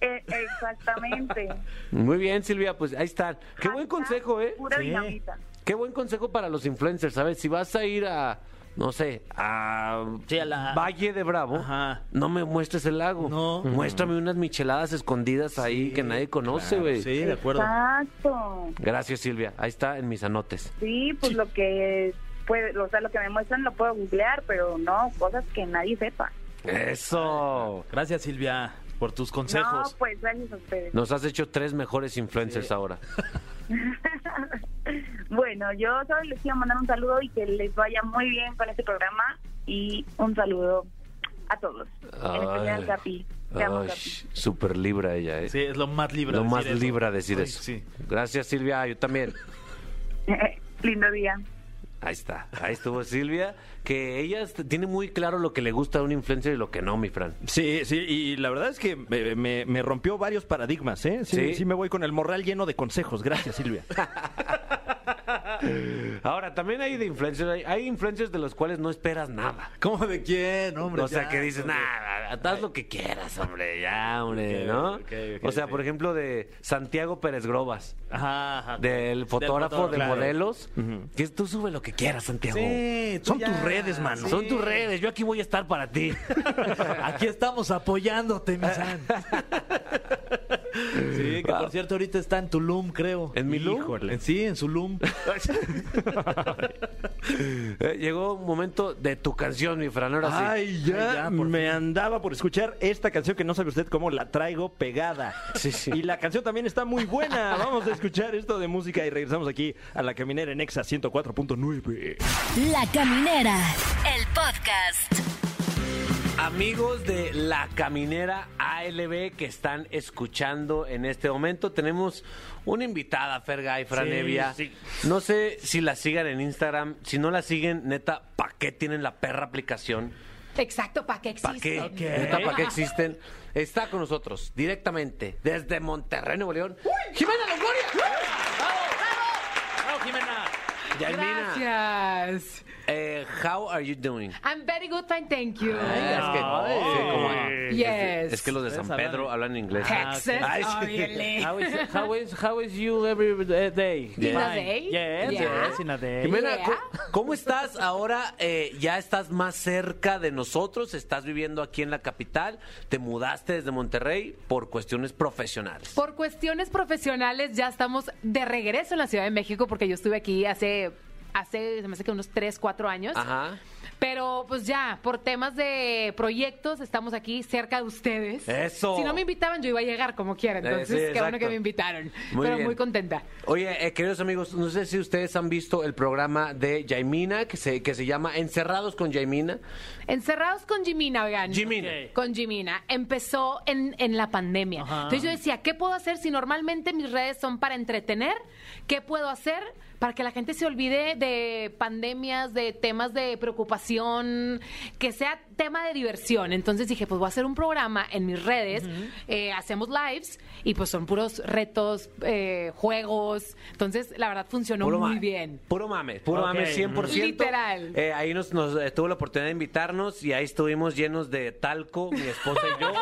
I: Eh, exactamente.
B: Muy bien, Silvia, pues ahí está. Qué buen
I: Hashtag
B: consejo, ¿eh?
I: Pura dinamita.
B: Qué buen consejo para los influencers, ¿sabes? Si vas a ir a, no sé, a,
D: Sí, a la-
B: Valle de Bravo,
D: Ajá.
B: no me muestres el lago.
D: No.
B: Muéstrame unas micheladas escondidas ahí que nadie conoce, güey.
D: Sí, de acuerdo.
I: Exacto.
B: Gracias, Silvia. Ahí está en mis anotes.
I: Sí, pues lo que puede, o sea, lo que me muestran lo puedo googlear, pero no, cosas que nadie sepa.
B: Eso.
D: Gracias, Silvia, por tus consejos.
I: No, pues gracias a ustedes.
B: Nos has hecho tres mejores influencers ahora.
I: Bueno, yo solo les quiero mandar un saludo y que les vaya muy bien con este programa y un saludo a todos. En especial,
B: Ay.
I: Capi. Te amo,
B: Ay,
I: Capi.
B: super libra ella, ¿eh?
D: Sí, es lo más libra
B: Lo
D: decir
B: más
D: eso.
B: libra decir
D: Ay,
B: eso.
D: Sí.
B: Gracias, Silvia. Yo también.
I: Lindo día.
B: Ahí está, ahí estuvo Silvia, que ella est- tiene muy claro lo que le gusta a un influencer y lo que no, mi Fran.
C: Sí, sí, y la verdad es que me, me- me rompió varios paradigmas, ¿eh? Sí,
B: Sí.
C: sí, me voy con el morral lleno de consejos. Gracias, Silvia.
B: Ahora, también hay de influencers, hay, hay influencers de los cuales no esperas nada.
D: ¿Cómo de quién, hombre?
B: o sea,
D: Ya,
B: que dices,
D: hombre.
B: nada, haz lo que quieras, hombre, ya, hombre,
C: Ok,
B: ¿no?
C: ok, ok,
B: o sea,
C: sí.
B: por ejemplo, de Santiago Pérez Grobas,
D: Ajá, ajá.
B: del fotógrafo de
D: claro.
B: modelos, que tú sube lo que quieras, Santiago.
D: Sí, tú
B: Son
D: ya,
B: tus redes, mano.
D: sí.
B: Son tus redes, yo aquí voy a estar para ti.
D: Aquí estamos apoyándote, Misan. Sí, que por cierto ahorita está en Tulum, creo.
B: ¿En mi look?
D: Híjole. Sí, en Zulum.
B: Eh, Llegó un momento de tu canción, mi Fran, ahora sí.
C: Ay, ya,
D: Ay, ya, por
C: me andaba por escuchar esta canción que no sabe usted cómo la traigo pegada.
B: Sí, sí.
C: Y la canción también está muy buena. Vamos a escuchar esto de música y regresamos aquí a la caminera en Exa 104.9.
E: La Caminera, el podcast.
B: Amigos de la caminera ALB que están escuchando en este momento, tenemos una invitada, Ferga y Franevia. No sé si la sigan en Instagram, si no la siguen, neta, ¿para qué tienen la perra aplicación?
J: Exacto, ¿para qué
B: ¿Para
J: existe?
B: qué? Neta, ¿para qué existen? Está con nosotros directamente desde Monterrey, Nuevo León, Jimena Longoria.
D: ¡Bravo, Jimena!
B: Yailina,
J: Gracias.
B: eh, how are you doing?
J: I'm very good, fine, thank you.
B: Ah, es que, sí, como-
J: yes.
B: es que los de San Pedro hablan inglés.
J: Texas,
B: Ay, sí. Ah,
J: obviously.
D: How is, how is, how is you every eh, day?
J: In a
D: Fine.
J: day?
D: Yes,
J: Yeah.
D: yes, in a day.
B: Jimena,
J: Yeah.
B: ¿cómo, cómo estás ahora? Eh, ya estás más cerca de nosotros, estás viviendo aquí en la capital, te mudaste desde Monterrey por cuestiones profesionales.
J: Por cuestiones profesionales ya estamos de regreso en la Ciudad de México porque yo estuve aquí hace, hace se me hace que unos 3, 4 años.
B: Ajá.
J: Pero pues ya, por temas de proyectos, estamos aquí cerca de ustedes.
B: Eso. Eh,
J: Si no me invitaban, yo iba a llegar como quiera. Entonces,
B: sí,
J: qué bueno
B: exacto.
J: que me invitaron.
B: Muy
J: Pero
B: bien.
J: muy contenta.
B: Oye, eh, queridos amigos, no sé si ustedes han visto el programa de Jaimina que se, que se llama Encerrados con Jaimina.
J: Encerrados con Jimina, oigan.
B: Jimina.
J: Ok. Con Jimina. Empezó en, en la pandemia. Entonces yo decía, ¿qué puedo hacer si normalmente mis redes son para entretener? ¿Qué puedo hacer para que la gente se olvide de pandemias, de temas de preocupación, que sea tema de diversión? Entonces dije, pues voy a hacer un programa en mis redes, eh, hacemos lives y pues son puros retos, eh, juegos. Entonces la verdad funcionó
B: Puro
J: muy
B: mame.
J: bien.
B: Puro mame, puro
D: Ok.
B: mame 100%.
J: Literal.
B: Eh, ahí nos, nos eh, tuvo la oportunidad de invitarnos y ahí estuvimos llenos de talco, mi esposa y yo.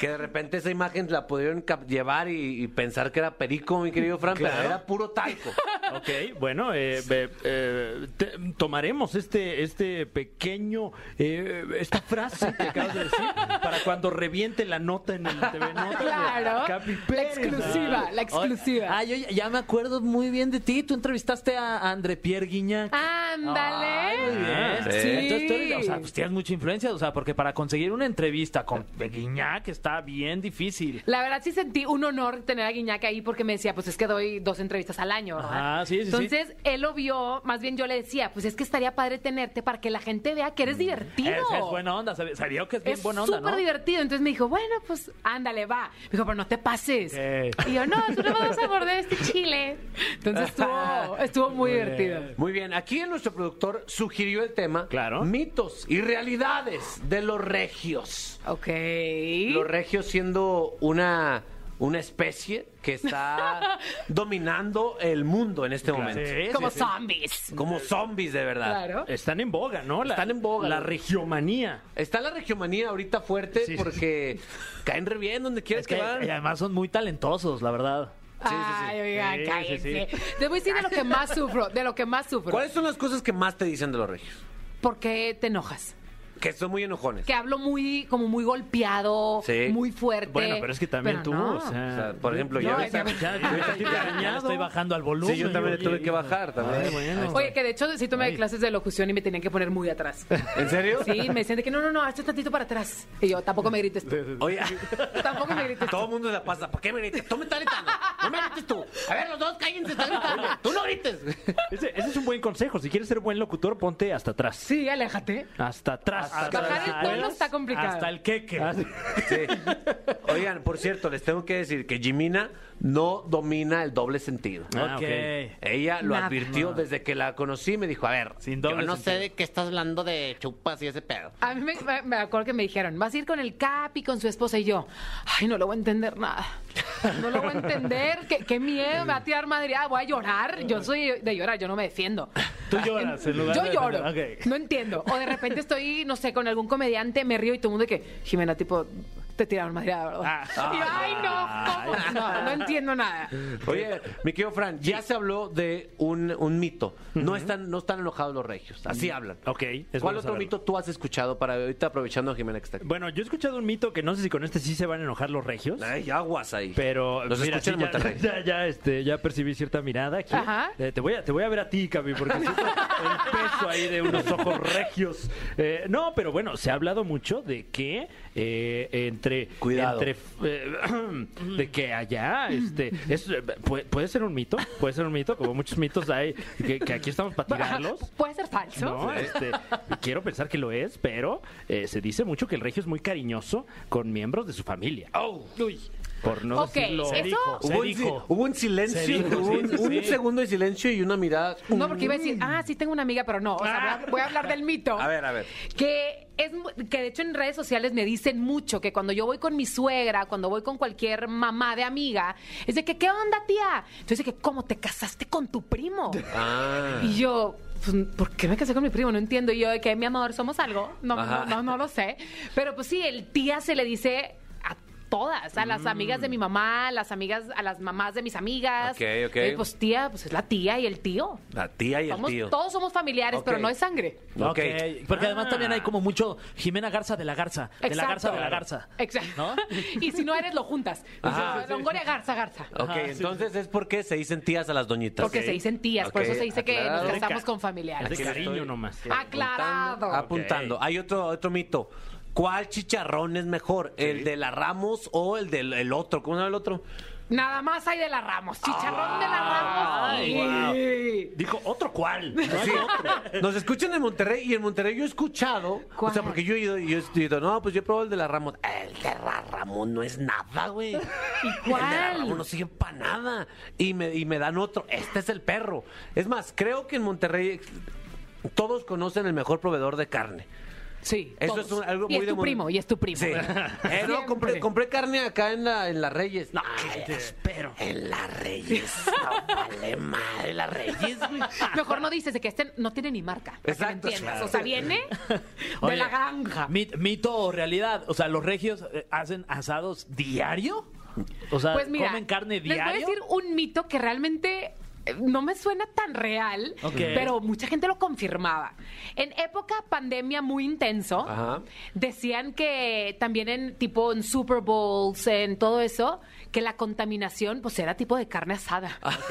B: que de repente esa imagen la pudieron cap- llevar y, y pensar que era perico, mi querido Fran, pero
C: Claro.
B: era puro talco.
C: Ok, bueno, eh, be- eh, te- tomaremos este, este pequeño, eh, esta frase que acabas de decir para cuando reviente la nota en el TV Nota. de
J: Claro.
C: Capi
J: La
C: Pérez.
J: exclusiva, la exclusiva.
D: Ah, yo ya- ya me acuerdo muy bien de ti. Tú entrevistaste a André Pierre Guignac. Ay, muy
J: Ándale.
C: Ah,
D: bien.
J: Sí.
D: Entonces tú eres, o sea, pues tienes mucha influencia, o sea, porque para conseguir una entrevista con de Guignac está bien difícil.
J: La verdad sí sentí un honor tener a Guiñac ahí porque me decía, pues es que doy dos entrevistas al año, ¿verdad?
D: Ajá, sí, sí, sí.
J: Entonces él lo vio, más bien yo le decía, pues es que estaría padre tenerte para que la gente vea que eres divertido.
D: Mm, Es, es buena onda, sabe- sabía que es bien
J: Es
D: buena onda,
J: súper
D: ¿no?
J: divertido. Entonces me dijo, bueno, pues ándale, va. Me dijo, pero no te pases.
D: Eh.
J: Y yo, no, tú no me vas a morder este chile. Entonces estuvo, estuvo muy divertido.
B: Muy bien, aquí nuestro productor sugirió el tema
C: Claro.
B: mitos y realidades de los regios.
J: Ok.
B: Los regios siendo una, una especie que está dominando el mundo en este momento.
C: Sí,
J: Como
C: sí, sí.
J: zombies.
B: Como zombies de verdad.
J: Claro.
C: Están en boga, ¿no? La-
B: Están en boga.
C: La regiomanía.
B: Está la regiomanía ahorita fuerte
C: Sí, sí,
B: porque caen re bien donde quieres
D: Es que,
B: que, van.
D: y además son muy talentosos, la verdad.
J: Ay, oigan,
C: Sí, sí,
J: cállense. Te voy a decir de lo que más sufro, de lo que más sufro.
B: ¿Cuáles son las cosas que más te dicen de los regios?
J: ¿Por qué te enojas?
B: Que son muy enojones.
J: Que hablo muy, como muy golpeado,
B: Sí.
J: muy fuerte.
C: Bueno, pero es que también tú,
J: no.
C: o
B: O sea,
C: sea...
B: por ejemplo,
J: No,
B: yo...
J: es-
D: Ya, ya- ya- ya estoy bajando al volumen.
B: Sí, yo también le tuve que bajar también.
D: Ay, bueno.
J: Oye, que de hecho sí tomé clases de locución y me tenían que poner muy atrás.
B: ¿En serio?
J: Sí, me decían de que no, no, no, hazte tantito para atrás. Y yo, tampoco me grites tú.
B: Oye,
J: Tampoco me grites tú.
B: todo el mundo se la pasa. ¿Por qué me grites? Tú me estás gritando. No me grites tú. A ver, los dos cállense, están gritando. Tú no grites.
C: Ese, ese es un buen consejo. Si quieres ser buen locutor, ponte hasta atrás.
J: Sí, aléjate.
C: Hasta atrás.
D: Hasta
J: Bajar el tono
D: atrás,
J: está complicado.
D: Hasta el queque.
B: Ah, Sí. Oigan, por cierto, les tengo que decir que Jimina no domina el doble sentido.
C: Ah,
D: ok.
B: Ella lo
J: Nada.
B: advirtió desde que la conocí, me dijo, a ver,
D: Sin doble
B: yo no
D: sentido.
B: sé de qué estás hablando de chupas y ese pedo.
J: A mí me, me- me acuerdo que me dijeron, vas a ir con el Capi, con su esposa y yo. Ay, no lo voy a entender nada. No lo voy a entender. Qué, qué miedo, me va a tirar madre. Ah, voy a llorar. Yo soy de llorar, yo no me defiendo.
D: Tú lloras en lugar
J: Yo
D: de-
J: lloro.
D: Ok.
J: No entiendo. O de repente estoy, no sé, con algún comediante, me río y todo el mundo de que, Jimena, tipo, te tiraron madre. ¿verdad?".
D: Ah.
J: Y yo, ay, no, ¿cómo? No, no entiendo nada.
B: Oye, mi querido Fran, ya se habló de un, un mito. No están, no están enojados los regios, así hablan.
C: Mm, Ok, es
B: ¿Cuál
C: bueno
B: otro
C: saberlo.
B: mito tú has escuchado para ahorita aprovechando a Jimena que está aquí?
C: Bueno, yo he escuchado un mito que no sé si con este sí se van a enojar los regios.
B: Ay, aguas ahí.
C: Pero
B: Los
C: mira,
B: escuchan
C: sí,
B: en Monterrey.
C: Ya, ya, ya, este, ya percibí cierta mirada aquí.
J: Ajá.
C: Eh, te, voy a, te voy a ver a ti, Cami, porque siento el peso ahí de unos ojos regios. Eh, no, pero bueno, se ha hablado mucho de que eh, entre...
B: Cuidado.
C: entre, eh, de que allá, este... es- eh, puede, puede ser un mito, puede ser un mito, como muchos mitos hay, que, que aquí estamos para tirarlos.
J: Puede ser falso.
C: No, este, quiero pensar que lo es, pero eh, se dice mucho que el regio es muy cariñoso con miembros de su familia. Por no
J: Ok,
C: decirlo.
J: eso-
C: Se
B: Hubo un, si-
C: dijo.
B: hubo un silencio,
C: Se dijo,
B: hubo un,
C: sí,
B: un
C: sí.
B: segundo de silencio y una mirada.
J: No, porque iba a decir, ah, sí tengo una amiga, pero no. O sea, voy a, voy a hablar del mito.
B: Ah. A ver, a ver.
J: Que es mu- que de hecho en redes sociales me dicen mucho que cuando yo voy con mi suegra, cuando voy con cualquier mamá de amiga, es de que qué onda, tía. Entonces de que cómo te casaste con tu primo.
B: Ah.
J: Y yo pues, ¿Por qué me casé con mi primo? No entiendo. Y yo, de que mi amor, somos algo. No,
B: Ajá.
J: no, no, no lo sé. Pero pues sí, el tía se le dice a
C: todas, a
B: Mm.
C: las amigas de mi mamá, a las amigas, a las mamás de mis amigas.
B: Ok, ok.
C: Eh, pues tía, pues es la tía y el tío.
B: La tía y
C: Somos-
B: el tío.
C: Todos somos familiares,
B: Ok.
C: pero no es sangre.
B: Ok.
D: Ok, Porque además también
C: Ah.
D: hay como mucho Jimena Garza de la Garza. De la Garza
C: Exacto.
D: de la Garza.
C: Exacto.
D: ¿No?
C: y si no eres, lo juntas.
B: Ajá.
C: Longoria, garza, garza.
B: Ok, entonces es porque se dicen tías a las doñitas.
C: Porque se dicen tías, por
B: Ok, Ah,
C: eso se dice
B: aclarado.
C: que nos casamos
D: ca-
C: con
D: Es de
C: familiares.
B: Aquí lo
D: cariño
B: estoy
D: nomás.
C: Ah, Aclarado.
B: Apuntando. Apuntando. Hay otro, otro mito. ¿Cuál chicharrón es mejor? ¿El de la Ramos o el del el otro? ¿Cómo se llama el otro?
C: Nada más hay de la Ramos. Chicharrón de la Ramos.
D: Ay,
C: Sí.
D: Ah, Dijo, ¿otro cuál?
B: Sí. Nos escuchan en Monterrey y en Monterrey yo he escuchado. O sea,
C: ¿Cuál?
B: porque yo he ido y yo he ido, no, pues yo he probado el de la Ramos. El de la Ramos no es nada, güey. ¿Y El de la
C: cuál?
B: Ramos no sirve para nada. Y me, y me dan otro. Este es el perro. Es más, creo que en Monterrey todos conocen el mejor proveedor de carne.
C: Sí,
B: Eso
C: todos.
B: es un- algo
C: y
B: muy
C: es tu
B: de-
C: primo, y es tu primo.
B: Sí. Eh, no,
C: Siempre.
B: compré, compré carne acá en la, en las Reyes. No, te espero. En las Reyes. No, vale madre, las Reyes, güey.
C: Mejor no dices de que este no tiene ni marca. para que me
B: Exacto,
C: entiendas.
B: claro.
C: O sea, viene de
D: Oye,
C: la granja.
D: mit- ¿Mito o realidad? O sea, ¿los regios eh, hacen asados diario? O sea,
C: Pues mira,
D: ¿comen carne
C: les voy a
D: diario?
C: decir un mito que realmente eh, no me suena tan real,
D: Ok.
C: pero mucha gente lo confirmaba. En época pandemia muy intenso,
B: Ajá.
C: decían que también en tipo en Super Bowls, en todo eso, que la contaminación pues era tipo de carne asada.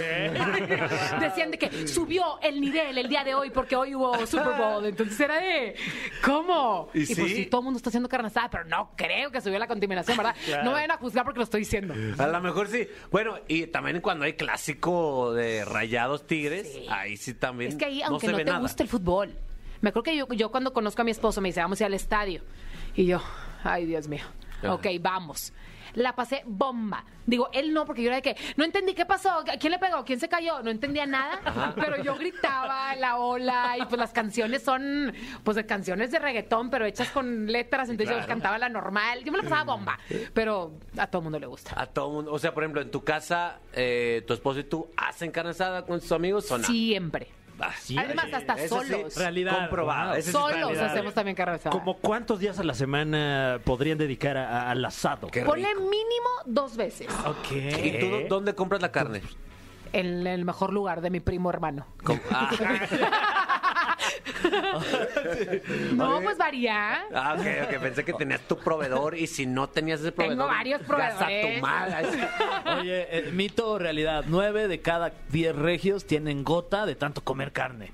C: decían de que subió el nivel el día de hoy porque hoy hubo Super Bowl, entonces era de ¿cómo?
B: Ah, ¿Y
C: pues
B: sí?
C: sí, todo el mundo está haciendo carne asada, pero no creo que subió la contaminación, ¿verdad? No me vayan a juzgar porque lo estoy diciendo.
B: A lo mejor sí. Bueno, y también cuando hay clásico de rayados tigres, ahí sí también.
C: Es que ahí,
B: no
C: aunque
B: se
C: no,
B: ve
C: te
B: nada.
C: guste el fútbol, me acuerdo que yo, yo cuando conozco a mi esposo me dice, vamos a ir al estadio. Y yo, ay, Dios mío.
B: Ajá.
C: Ok, vamos. La pasé bomba. Digo, él no, porque yo era de que, no entendí qué pasó, ¿a quién le pegó, quién se cayó, no entendía nada, pero yo gritaba la ola y pues las canciones son, pues de canciones de reggaetón, pero hechas con letras, entonces yo cantaba la normal, yo me la pasaba bomba, pero a todo el mundo le gusta.
B: A todo mundo. O sea, por ejemplo, en tu casa, eh, tu esposo y tú hacen carne asada con tus amigos o no.
C: Siempre.
B: Ah, sí.
C: Además, hasta
B: Eso sí,
C: solos.
D: Realidad.
B: Comprobado.
D: Wow.
B: Ese sí es
C: Solos
B: realidad.
C: hacemos también carrozada.
D: ¿Como cuántos días a la semana podrían dedicar a- a- al asado?
B: Qué
C: Ponle
B: rico.
C: mínimo dos veces.
D: Ok.
B: ¿Y tú dó- dónde compras la carne?
C: En el mejor lugar de mi primo hermano.
B: Com- Ah.
C: No, pues varía.
B: Ah, ok, ok. Pensé que tenías tu proveedor y si no tenías ese
C: Tengo
B: proveedor.
C: varios
B: gas A
C: proveedores.
B: tu madre.
D: Oye, eh, mito o realidad, nueve de cada diez regios tienen gota de tanto comer carne.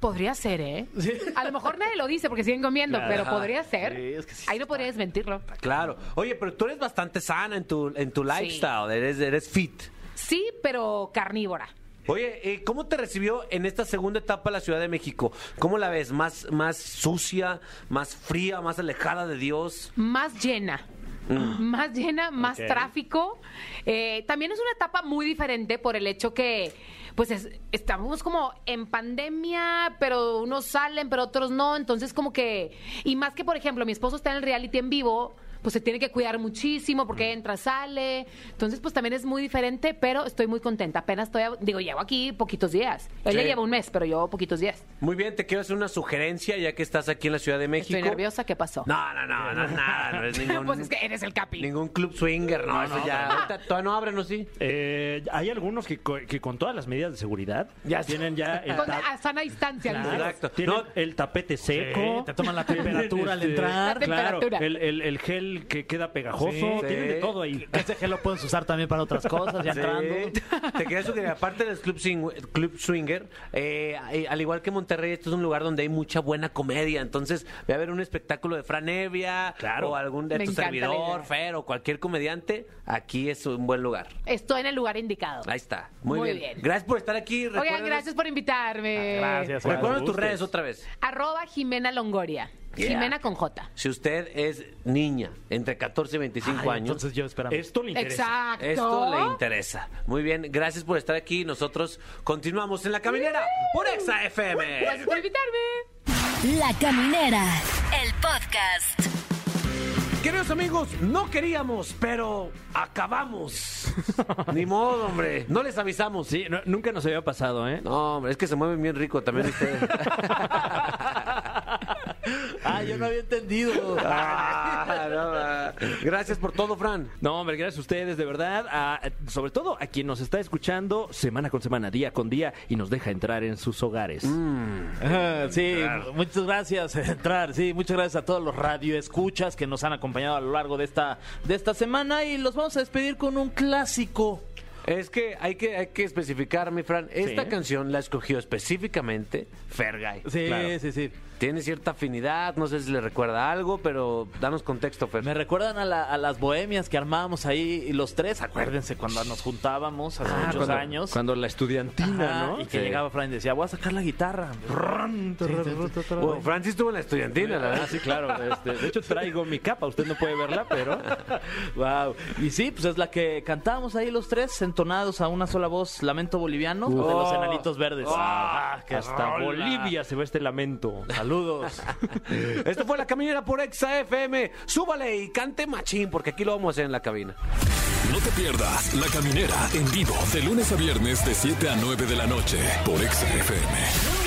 C: Podría ser, ¿eh? A lo mejor nadie lo dice porque siguen comiendo,
D: Claro.
C: pero
D: Ajá.
C: podría ser.
D: Sí, es que sí
C: Ahí no podría desmentirlo.
B: Claro. Oye, pero tú eres bastante sana en tu, en tu lifestyle. Eres, eres fit.
C: Sí, pero carnívora.
B: Oye, eh, ¿cómo te recibió en esta segunda etapa la Ciudad de México? ¿Cómo la ves? ¿Más, más sucia, más fría, más alejada de Dios?
C: Más llena. Más llena, más tráfico. Eh, también es una etapa muy diferente por el hecho que, pues, es- estamos como en pandemia, pero unos salen, pero otros no. Entonces, como que. Y más que, por ejemplo, mi esposo está en el reality en vivo, pues se tiene que cuidar muchísimo porque entra, sale. Entonces, pues también es muy diferente, pero estoy muy contenta. Apenas estoy. a- Digo, llevo aquí poquitos días. Ella
B: Sí.
C: lleva un mes, pero yo poquitos días.
B: Muy bien, te quiero hacer una sugerencia ya que estás aquí en la Ciudad de México.
C: Estoy nerviosa, ¿qué pasó?
B: No, no, no, no, nada, no es ningún,
C: pues es que eres el capi.
B: ningún club swinger, no, eso ya. Ahorita todavía no abren, ¿no? Sí.
G: Eh, hay algunos que, co- que con todas las medidas de seguridad
B: Ya sé.
G: tienen ya el,
C: Con-
G: ta-
C: a sana distancia,
G: Claro,
C: dices.
B: Exacto.
G: tienen
B: No.
G: el tapete seco.
D: te toman la
G: tienen,
D: temperatura al entrar.
C: La
G: claro,
C: temperatura.
G: el, el- el gel que queda pegajoso.
D: Sí,
G: tienen
B: sí.
G: de todo ahí.
D: Ese Este gel lo puedes usar también para otras cosas, ya
B: Sí.
D: entrando.
B: Te quería sugerir, aparte del club, swing- club swinger, eh, eh, al igual que Monterrey, esto es un lugar donde hay mucha buena comedia. Entonces, ve a ver un espectáculo de Fran Evia
G: Claro.
B: o algún de
C: Me
B: tu
C: encanta la
B: servidor,
C: idea.
B: Fer o cualquier comediante. Aquí es un buen lugar.
C: Estoy en el lugar indicado.
B: Ahí está. Muy,
C: Muy
B: bien.
C: bien.
B: Gracias por estar aquí.
C: Oigan,
B: Recuérdanos-
C: gracias por invitarme.
G: Gracias.
B: Recuérdanos
G: Cuando
B: tus
G: gustes.
B: redes otra vez.
C: Arroba Jimena Longoria.
B: Yeah.
C: Jimena con J.
B: Si usted es niña entre 14 y 25
D: Ay,
B: años,
D: Entonces yo esperando.
G: Esto le interesa.
C: Exacto.
B: esto le interesa. Muy bien, gracias por estar aquí. Nosotros continuamos en la caminera por Exa FM.
C: Gracias por invitarme.
I: La Caminera, el podcast.
B: Queridos amigos, no queríamos, pero acabamos. Ni modo, hombre. No les avisamos.
G: Sí, no- nunca nos había pasado, ¿eh?
B: No, hombre, es que se mueven bien rico también ustedes.
D: Ah, yo no había entendido.
B: Ah, no, ah. Gracias por todo, Fran.
C: No, hombre, gracias a ustedes, de verdad. a- sobre todo a quien nos está escuchando semana con semana, día con día, y nos deja entrar en sus hogares.
D: Ah, Sí, muchas gracias eh, entrar, sí, muchas gracias a todos los radioescuchas que nos han acompañado a lo largo de esta de esta semana y los vamos a despedir con un clásico.
B: Es que hay que, hay que especificar, mi Fran. Esta
D: Sí.
B: canción la escogió específicamente Fergay.
D: Sí,
B: Claro.
D: sí, sí.
B: Tiene cierta afinidad, no sé si le recuerda algo, pero danos contexto, Fer.
D: Me recuerdan a, la- a las bohemias que armábamos ahí y los tres, acuérdense cuando nos juntábamos hace muchos
C: Ah, cuando,
D: años.
C: Cuando la estudiantina,
D: Ajá,
C: ¿no?
D: Y que
C: Sí.
D: llegaba Fran y decía, voy a sacar la guitarra.
B: Bueno, Francis estuvo en la estudiantina, la
C: Ah,
B: verdad.
C: sí, claro. este, de hecho, traigo mi capa. Usted no puede verla, pero.
D: Wow. Y sí, pues es la que cantábamos ahí los tres, entonados a una sola voz, Lamento Boliviano, de los Enanitos Verdes. Ah, qué
C: Hasta
D: rola.
C: Bolivia se ve este lamento.
D: Saludos.
B: Esto fue La Caminera por Exa FM. Súbale y cante machín, porque aquí lo vamos a hacer en la cabina.
A: No te pierdas La Caminera en vivo de lunes a viernes de 7 a 9 de la noche por Exa FM.